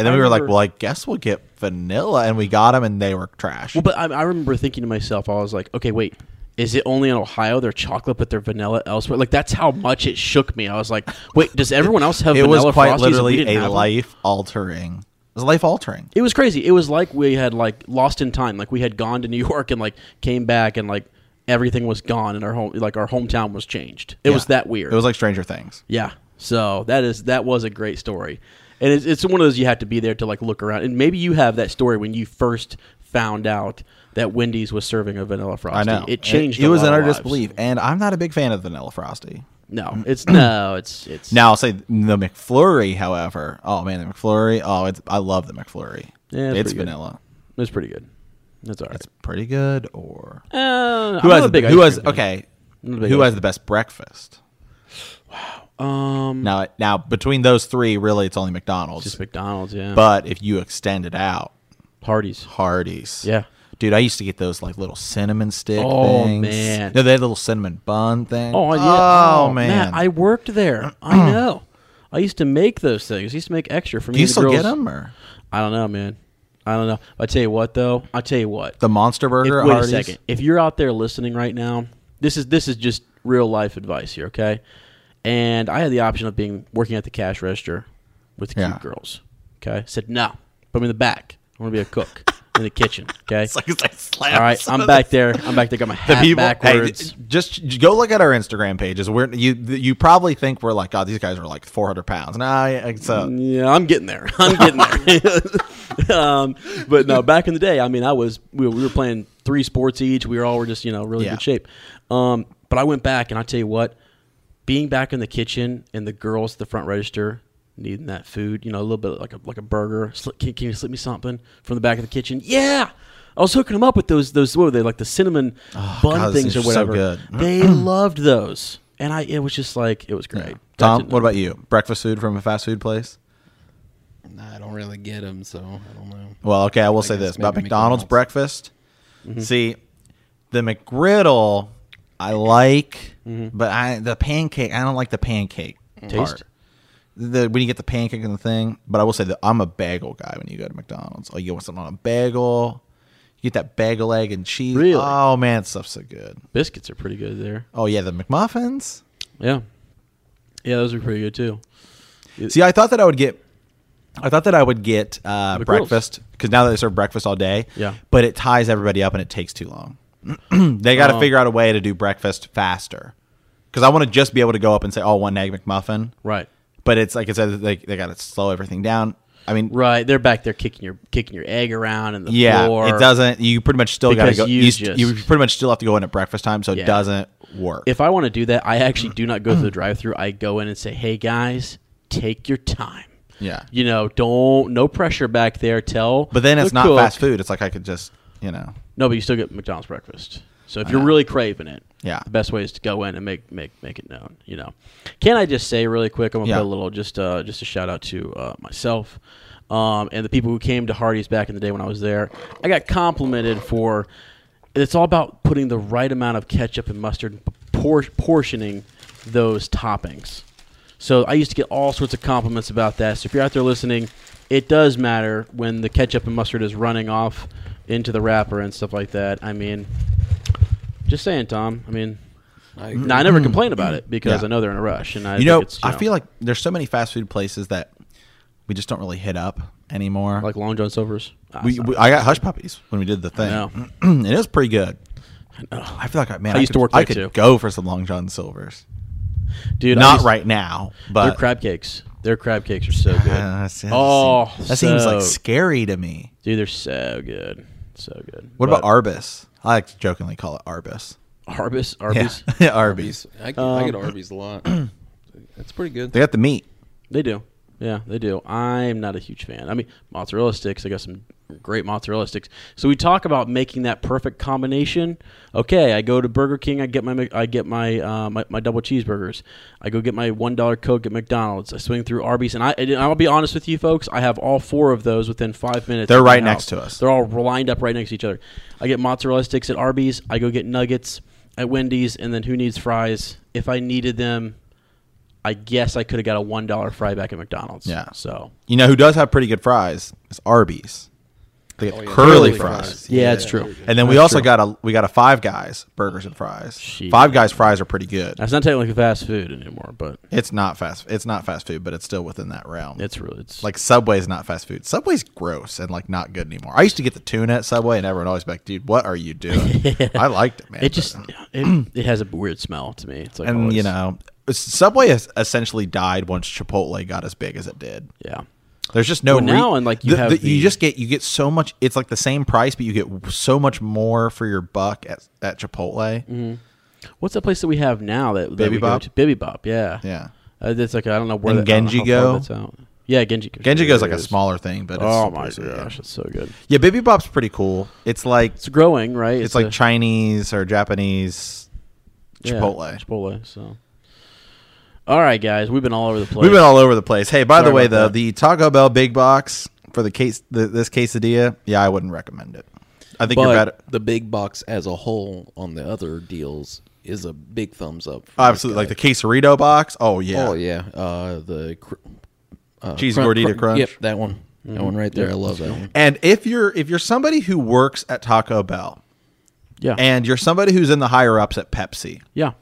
then we were like, remember- well, I guess we'll get vanilla, and we got them, and they were trash. Well, but I, I remember thinking to myself, I was like, okay, wait, is it only in Ohio they're chocolate, but they're vanilla elsewhere? Like that's how much it shook me. I was like, wait, does everyone else have it vanilla? was quite Frosties and we literally didn't have a them? life altering. It was life altering. It was crazy. It was like we had like lost in time. Like we had gone to New York and like came back and like everything was gone and our home like our hometown was changed. It was that weird. It was like Stranger Things. Yeah. So that is that was a great story, and it's, it's one of those you have to be there to like look around, and maybe you have that story when you first found out that Wendy's was serving a vanilla I frosty. know it changed. It, a was lot in of utter lives. disbelief, and I'm not a big fan of vanilla frosty. No, it's no, it's it's Mm-hmm. Now I'll say the McFlurry, however. Oh man, the McFlurry. Oh, it's I love the McFlurry. Yeah, it's it's pretty good. vanilla. It's pretty good. That's all right. It's pretty good. Or Uh, I'm who has not a the- big ice who has cream fan. okay? a big Who ice has the best breakfast? Wow. Um. Now, now between those three, really, it's only McDonald's. Just McDonald's, yeah. but if you extend it out, Parties. Hardee's. Yeah. Dude, I used to get those like little cinnamon stick Oh, things. man. No, they had little cinnamon bun thing. Oh yeah. Oh, Matt, man. I worked there. I know. I used to make those things. I used to make extra for me. Do you and the still get girls. them or I don't know, man. I don't know. I tell you what, though. I tell you what. the Monster If- Burger? at wait Hardee's? a second. If you're out there listening right now, this is this is just real life advice here, okay? And I had the option of being working at the cash register with the Yeah. cute girls. Okay, said no. Put me in the back. I want to be a cook in the kitchen. Okay. It's like, it's like slap All right, some I'm of back the- there. I'm back there. Got my The hat people, hey, backwards. j- just j- go look at our Instagram pages. We're you. You probably think we're like, oh, these guys are like 400 pounds. Nah, yeah, it's uh, a Yeah, I'm getting there. I'm getting there. um, but no, back in the day, I mean, I was we were, we were playing three sports each. We were all were just you know really Yeah. good shape. Um, but I went back, and I tell you what, being back in the kitchen and the girls at the front register needing that food, you know, a little bit like a like a burger. Sli- Can, can you slip me something from the back of the kitchen? Yeah. I was hooking them up with those those what were they like the cinnamon bun Oh, God, those things or things are so whatever. good. They loved those, and I it was just like it was great. Got to Tom. What about you? Breakfast food from a fast food place? I don't really get them, so I don't know. Well, okay, I will say guess this about maybe McDonald's, McDonald's. Mm-hmm. breakfast. See, the McGriddle I like, Mm-hmm. but I the pancake I don't like the pancake part. The, when you get the pancake and the thing, but I will say that I'm a bagel guy when you go to McDonald's. Oh, you want something on a bagel? You get that bagel egg and cheese. Really? Oh man, stuff's so good. Biscuits are pretty good there. Oh yeah, the McMuffins. Yeah. Yeah, those are pretty good too. See, I thought that I would get, I thought that I would get uh, McGrills. breakfast because now they serve breakfast all day. Yeah. but it ties everybody up and it takes too long. they Oh. got to figure out a way to do breakfast faster because I want to just be able to go up and say, "Oh, one egg McMuffin," Right. but it's like I said, they they got to slow everything down. I mean, Right. They're back there kicking your kicking your egg around and the yeah, floor. it doesn't. You pretty much still got to Because go. you You, st- you just- pretty much still have to go in at breakfast time, so Yeah. it doesn't work. If I want to do that, I actually do not go through the drive through. I go in and say, Hey guys, take your time. Yeah. You know, don't no pressure back there. Tell but then the it's not cook- fast food. It's like I could just, you know, No, but you still get McDonald's breakfast. So if you're really craving it, Yeah. the best way is to go in and make make make it known. You know, can I just say really quick? I'm gonna Yeah. put a little just uh, just a shout out to uh, myself um, and the people who came to Hardee's back in the day when I was there. I got complimented for it's all about putting the right amount of ketchup and mustard, and por- portioning those toppings. So I used to get all sorts of compliments about that. So if you're out there listening, it does matter when the ketchup and mustard is running off into the wrapper and stuff like that. I mean, just saying, Tom. I mean, I agree. no, I never complain about it because Mm-hmm. Yeah. I know they're in a rush, and I you think know, it's, I feel like there's so many fast food places that we just don't really hit up anymore. like Long John Silver's. Ah, we, sorry. we, I got hush puppies when we did the thing. know. and it was pretty good. I, feel like man, I I, used to could- work I there, could too. go for some Long John Silver's. dude, I Not used- right now, Their but crab cakes. Their crab cakes are so good. Uh, that seems- oh, that seems like so- scary to me. dude, they're so good, so good. What But about Arbus? I like to jokingly call it Arbus. Arbus? Yeah, Arby's. Arby's. Arby's. I get, I get Arby's a lot. That's pretty good. They got the meat. They do. Yeah, they do. I'm not a huge fan. I mean, mozzarella sticks. I got some great mozzarella sticks. So we talk about making that perfect combination. Okay, I go to Burger King. I get my Mc- I get my uh, my, my double cheeseburgers. I go get my one dollar coke at McDonald's. I swing through Arby's, and I and I'll be honest with you folks. I have all four of those within five minutes. They're of my right next house. to us. They're all lined up right next to each other. I get mozzarella sticks at Arby's. I go get nuggets. at Wendy's, and then who needs fries? If I needed them, I guess I could have got a one dollar fry back at McDonald's. Yeah. So You know who does have pretty good fries? It's Arby's. They get curly, Oh, Curly fries. yeah, it's true. And then we also got a we got a Five Guys burgers and fries. Shit. Five Guys fries are pretty good. That's not technically fast food anymore, but It's not fast. It's not fast food, but it's still within that realm. it's really it's like Subway's not fast food. Subway's gross and like not good anymore. I used to get the tuna at Subway, and everyone always be like, "Dude, what are you doing?" I liked it, man. it but- just it, it has a weird smell to me. It's like uh, and always- you know, Subway has essentially died once Chipotle got as big as it did. yeah. There's just no Well, now, and, like, you have the- you just get you get so much. It's like the same price, but you get so much more for your buck at at Chipotle. Mm-hmm. What's that place that we have now that, that Bibimbap? we go to? Bibimbap, yeah, Yeah, Uh, that's like I don't know where And that, I don't know how Genjigo? far that's out. Yeah, Genji. Genjigo's like a smaller thing, but it's Oh my it's- yeah. gosh, it's so good. yeah, Bibimbap's pretty cool. It's like It's growing, right? it's like a- Chinese or Japanese yeah, Chipotle. Chipotle. So, all right, guys, we've been all over the place. We've been all over the place. Hey, by Sorry the way, about though, that. the Taco Bell big box for the case the, this quesadilla, yeah, I wouldn't recommend it. I think you're but better. the big box as a whole on the other deals is a big thumbs up. for Absolutely, like this the quesarito box. Oh yeah, guy. oh yeah, uh, the cr- cheese crun- gordita crun- crunch. Yep, that one, that one right there. I love that one. And if you're if you're somebody who works at Taco Bell yeah, and you're somebody who's in the higher ups at Pepsi, yeah,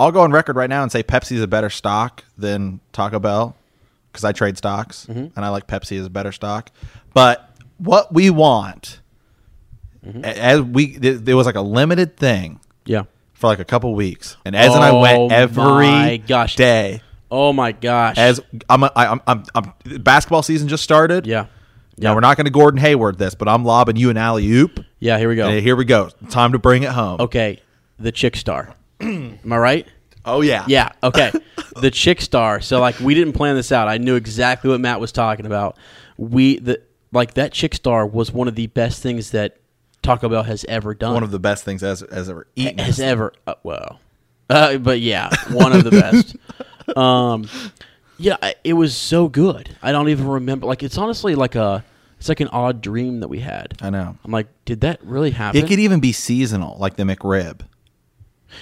I'll go on record right now and say Pepsi's a better stock than Taco Bell because I trade stocks Mm-hmm. and I like Pepsi as a better stock. But what we want, Mm-hmm. a- as we th- there was like a limited thing yeah. for like a couple weeks, and as and I Oh went every my gosh. day. Oh my gosh, As I'm, a, I, I'm, I'm, I'm, basketball season just started. yeah, Now we're not going to Gordon Hayward this, but I'm lobbing you an alley oop. yeah. Here we go. And here we go. Time to bring it home. okay, the chick star. Am I right? Oh yeah. Yeah. Okay. the chick star. So like we didn't plan this out. I knew exactly what Matt was talking about. We the like that chick star was one of the best things that Taco Bell has ever done. One of the best things as as ever eaten. has ever. Uh, well, uh, but yeah, one of the best. um, yeah, I- it was so good. I don't even remember. Like it's honestly like a it's like an odd dream that we had. I know. I'm like, did that really happen? It could even be seasonal, like the McRib.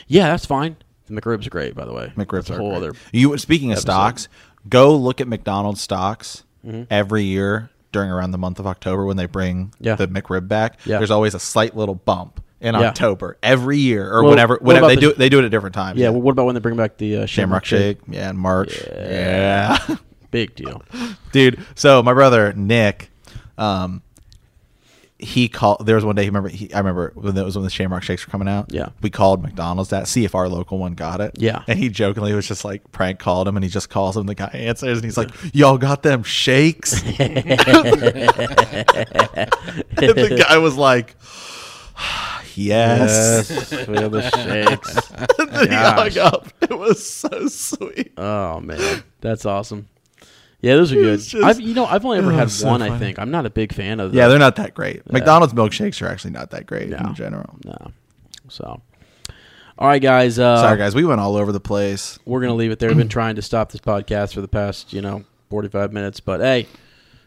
yeah, that's fine. The McRib's great, by the way. McRibs That's a are whole great. other. You speaking of stocks, go look at McDonald's stocks Mm-hmm. every year during around the month of October when they bring Yeah. the McRib back. Yeah. There's always a slight little bump in Yeah. October every year or Well, whenever what whenever about they the- do it they do it at different times. Yeah. Well, what about when they bring back the uh, Shamrock Shake, yeah, in March. Yeah. Big deal. Dude, so my brother Nick um he called there was one day he remember he, I remember when it was when the Shamrock Shakes were coming out. Yeah. We called McDonald's that, see if our local one got it. Yeah. And he jokingly was just like prank called him and he just calls him, the guy answers and he's like, Y'all got them shakes? and the guy was like Yes. Feel the shakes. And he hung up. It was so sweet. Oh man, that's awesome. Yeah, those are good. It's just- I've you know I've only ever Oh, had so one. I funny. think I'm not a big fan of. yeah, the- they're not that great. McDonald's milkshakes are actually not that great No. in general. No. So, all right, guys. Uh, Sorry, guys. We went all over the place. We're gonna leave it there. We've been trying to stop this podcast for the past you know 45 minutes, but hey,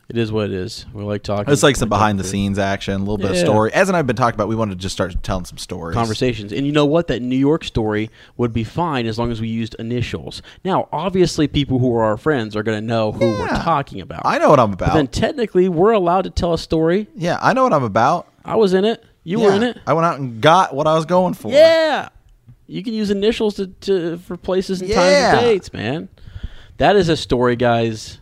it is what it is. We like talking. It's like some we behind the scenes action, a little bit Yeah. of story. As and I've been talking about, we wanted to just start telling some stories. conversations. And you know what? That New York story would be fine as long as we used initials. Now, obviously, people who are our friends are going to know who we're Yeah. talking about. I know what I'm But then about. technically, we're allowed to tell a story. yeah, I know what I'm about. I was in it. You were Yeah. in it. I went out and got what I was going for. yeah. You can use initials to, to for places and times Yeah. and dates, man. That is a story, guys.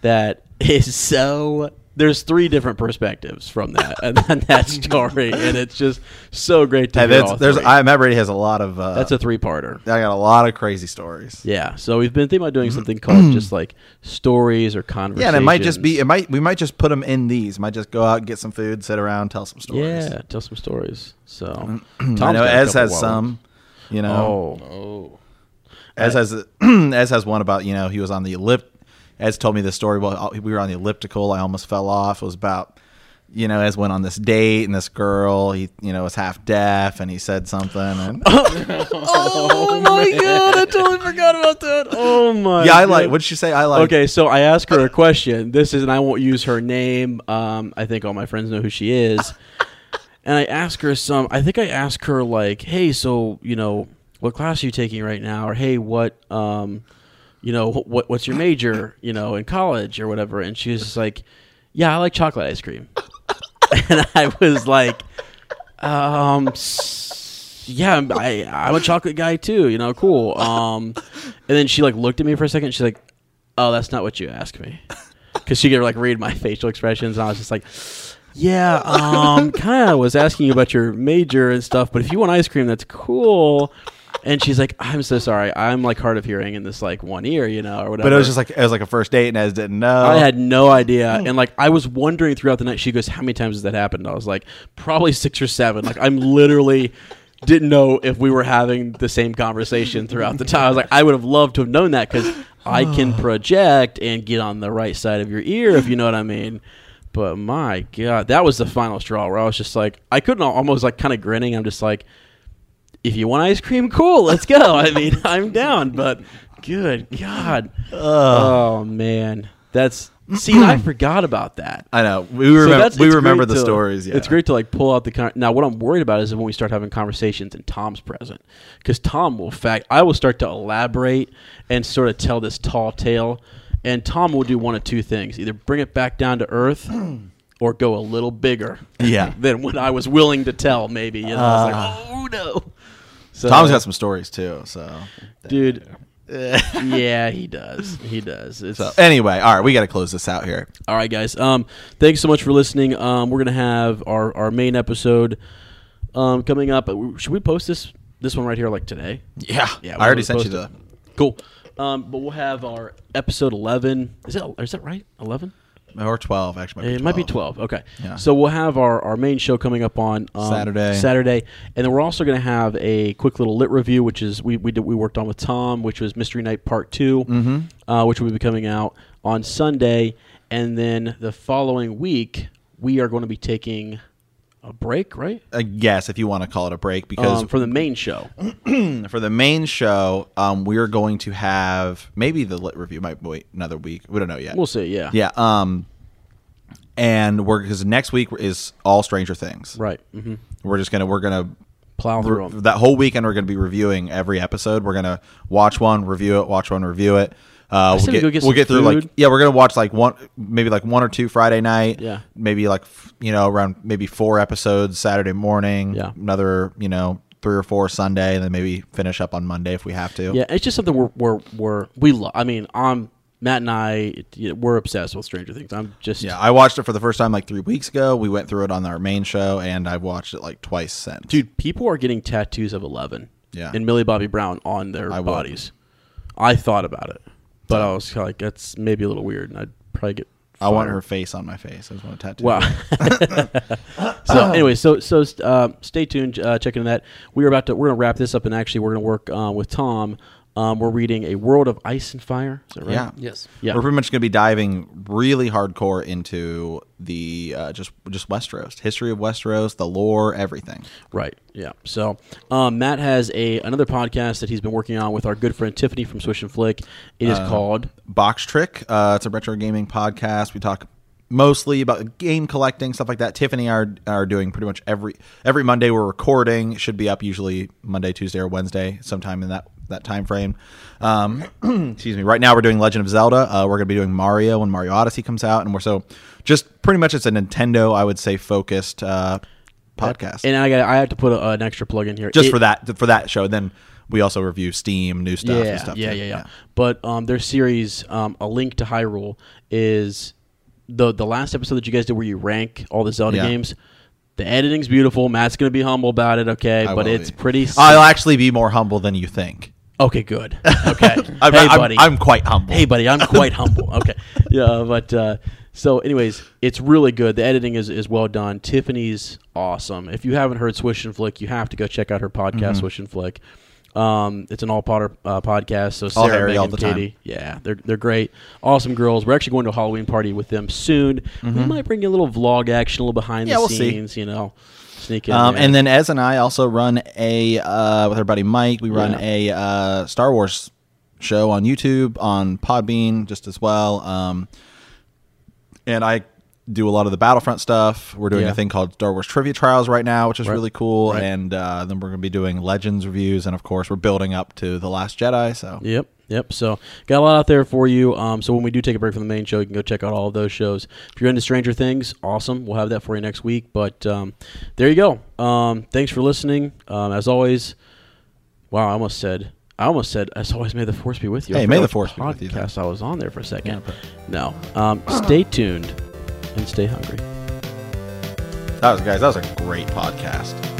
That is so. There's three different perspectives from that and, and that story, and it's just so great to Hey, hear that's, all there's three. I Matt Brady has a lot of. Uh, That's that's a. a three-parter. I got a lot of crazy stories. Yeah, Yeah, so we've been thinking about doing something called just like stories or conversations. Mm-hmm. and it might just be. It might. We might just put them in these. Might just go out, get some food, sit around, tell some stories. yeah, tell some stories. So I know Ez as has some. You know, Oh, As has as has one about you know he was on the ellip. As told me this story. Well, uh, we were on the elliptical. I almost fell off. It was about you know as went on this date and this girl he you know was half deaf and he said something. And, oh my god, I totally forgot about that. Oh my. yeah, I God. like. What'd she say? I like. okay, so I ask her a question. This is, and I won't use her name. Um, I think all my friends know who she is. and I ask her some. I think I ask her like, "Hey, so you know, what class are you taking right now?" Or "Hey, what, um, you know, wh- what what's your major, you know, in college or whatever?" And she was just like, "Yeah, I like chocolate ice cream," and I was like, um, s- "Yeah, I'm- I I'm a chocolate guy too, you know, cool." Um, and then she like looked at me for a second. She's like, "Oh, that's not what you asked me," because she could like read my facial expressions, and I was just like. Yeah, um, kind of was asking you about your major and stuff, but if you want ice cream, that's cool. And she's like, I'm so sorry. I'm like hard of hearing in this like one ear, you know, or whatever. But it was just like it was like a first date, and I just didn't know. I had no idea. And like I was wondering throughout the night, she goes, How many times has that happened? I was like, probably six or seven. Like I'm literally didn't know if we were having the same conversation throughout the time. I was like, I would have loved to have known that because I can project and get on the right side of your ear, if you know what I mean. But my God, that was the final straw where I was just like, I couldn't al- almost like kind of grinning. I'm just like, if you want ice cream, cool, let's go. I mean, I'm down, but good God. Oh, man. That's see, and I forgot about that. I know we remember that's- we it's remember great the to- stories. Yeah, It's great to like pull out the con- now. What I'm worried about is when we start having conversations and Tom's present, because Tom will fact I will start to elaborate and sort of tell this tall tale, and Tom will do one of two things: either bring it back down to earth. Or go a little bigger, Yeah. than what I was willing to tell. Maybe you know, I was like, "Oh no!" So, Tom's got some stories too. So, dude. yeah, he does. He does. It's so anyway, all right, we got to close this out here. all right, guys. Um, thanks so much for listening. Um, we're gonna have our, our main episode um, coming up. Should we post this this one right here like today? Yeah, Yeah, I already we'll sent you post the. it. Cool. Um, but we'll have our episode eleven. Is that is that right? Eleven? Or 12, actually. It might be twelve. Okay. Yeah. So we'll have our, our main show coming up on um, Saturday. Saturday, and then we're also gonna have a quick little lit review, which is we we did, we worked on with Tom, which was Mystery Night Part 2 Mm-hmm. uh, which will be coming out on Sunday, and then the following week we are going to be taking a break, right? Uh, yes, if you want to call it a break, because Um, for the main show. for the main show, um, we're going to have maybe the lit review might wait another week. We don't know yet. We'll see. Yeah. Yeah. Um, and we're because next week is all Stranger Things. Right. hmm We're just gonna we're gonna Plow through 'em. that whole weekend we're gonna be reviewing every episode. We're gonna watch one, review it, watch one, review it. Uh, say we we'll get, go get we'll some get through like food. yeah we're gonna watch like one maybe like one or two Friday night Yeah. maybe like f- you know around maybe four episodes Saturday morning Yeah. another you know three or four Sunday and then maybe finish up on Monday if we have to Yeah, it's just something we're we're, we're we love. I mean, I'm Matt and I. it- you know, we're obsessed with Stranger Things. I'm just Yeah, I watched it for the first time like three weeks ago. We went through it on our main show, and I've watched it like twice since. dude. People are getting tattoos of Eleven. Yeah. And Millie Bobby Brown on their I would. bodies. I thought about it, but I was kinda like, that's maybe a little weird, and I'd probably get. I want fired. her face on my face. I just want a tattoo. Wow. so anyway, so so uh, stay tuned. Uh, check into that. We are about to we're gonna wrap this up, and actually we're gonna work um, with Tom. Um, we're reading a World of Ice and Fire. Is that right? Yeah. Yes. Yeah. We're pretty much going to be diving really hardcore into the uh, just just Westeros, history of Westeros, the lore, everything. Right. Yeah. So um, Matt has a another podcast that he's been working on with our good friend Tiffany from Swish and Flick. It Uh, is called Box Trick. Uh, it's a retro gaming podcast. We talk mostly about game collecting stuff like that. Tiffany are are doing pretty much every every Monday. We're recording. It should be up usually Monday, Tuesday, or Wednesday, sometime in that that time frame. Um, excuse me. Right now we're doing Legend of Zelda. Uh, we're gonna be doing Mario when Mario Odyssey comes out, and we're so just pretty much it's a Nintendo, I would say, focused uh, podcast. And I got I have to put a, an extra plug in here just It- for that for that show. Then we also review Steam, new stuff, Yeah, and stuff. yeah, too. yeah, yeah. But um, their series, um, A Link to Hyrule, is the the last episode that you guys did where you rank all the Zelda Yeah. games. The editing's beautiful. Matt's gonna be humble about it, okay? I but will it's be. pretty. s- I'll actually be more humble than you think. okay, good. Okay, I'm, hey, I'm- buddy. I'm quite humble. hey buddy i'm quite humble okay yeah but uh, so anyways it's really good the editing is, is well done tiffany's awesome if you haven't heard swish and flick you have to go check out her podcast Mm-hmm. swish and flick um, it's an all Potter uh, podcast, so All Sarah, Harry, Meg, all and the time. Katie, yeah, they're they're great, awesome girls. We're actually going to a Halloween party with them soon. We might bring you a little vlog action, a little behind Mm-hmm. Yeah, the we'll see. scenes, you know, sneak in. Um, there. and then Ez and I also run a uh, with our buddy Mike. We run Yeah. a uh, Star Wars show on YouTube on Podbean just as well. Um, and I do a lot of the Battlefront stuff. We're doing Yeah. a thing called Star Wars Trivia Trials right now, which is Right. really cool. Right. And uh, then we're going to be doing Legends reviews, and of course, we're building up to the Last Jedi. So Yep, yep. So got a lot out there for you. Um, so when we do take a break from the main show, you can go check out all of those shows. If you're into Stranger Things, awesome. We'll have that for you next week. But um, there you go. Um, thanks for listening. Um, as always, wow, I almost said. I almost said, as always, may the force be with you. I Hey, forgot may the what force be with you, though. Podcast I was on there for a second. No. Um, stay tuned and stay hungry. that was guys, that was a great podcast.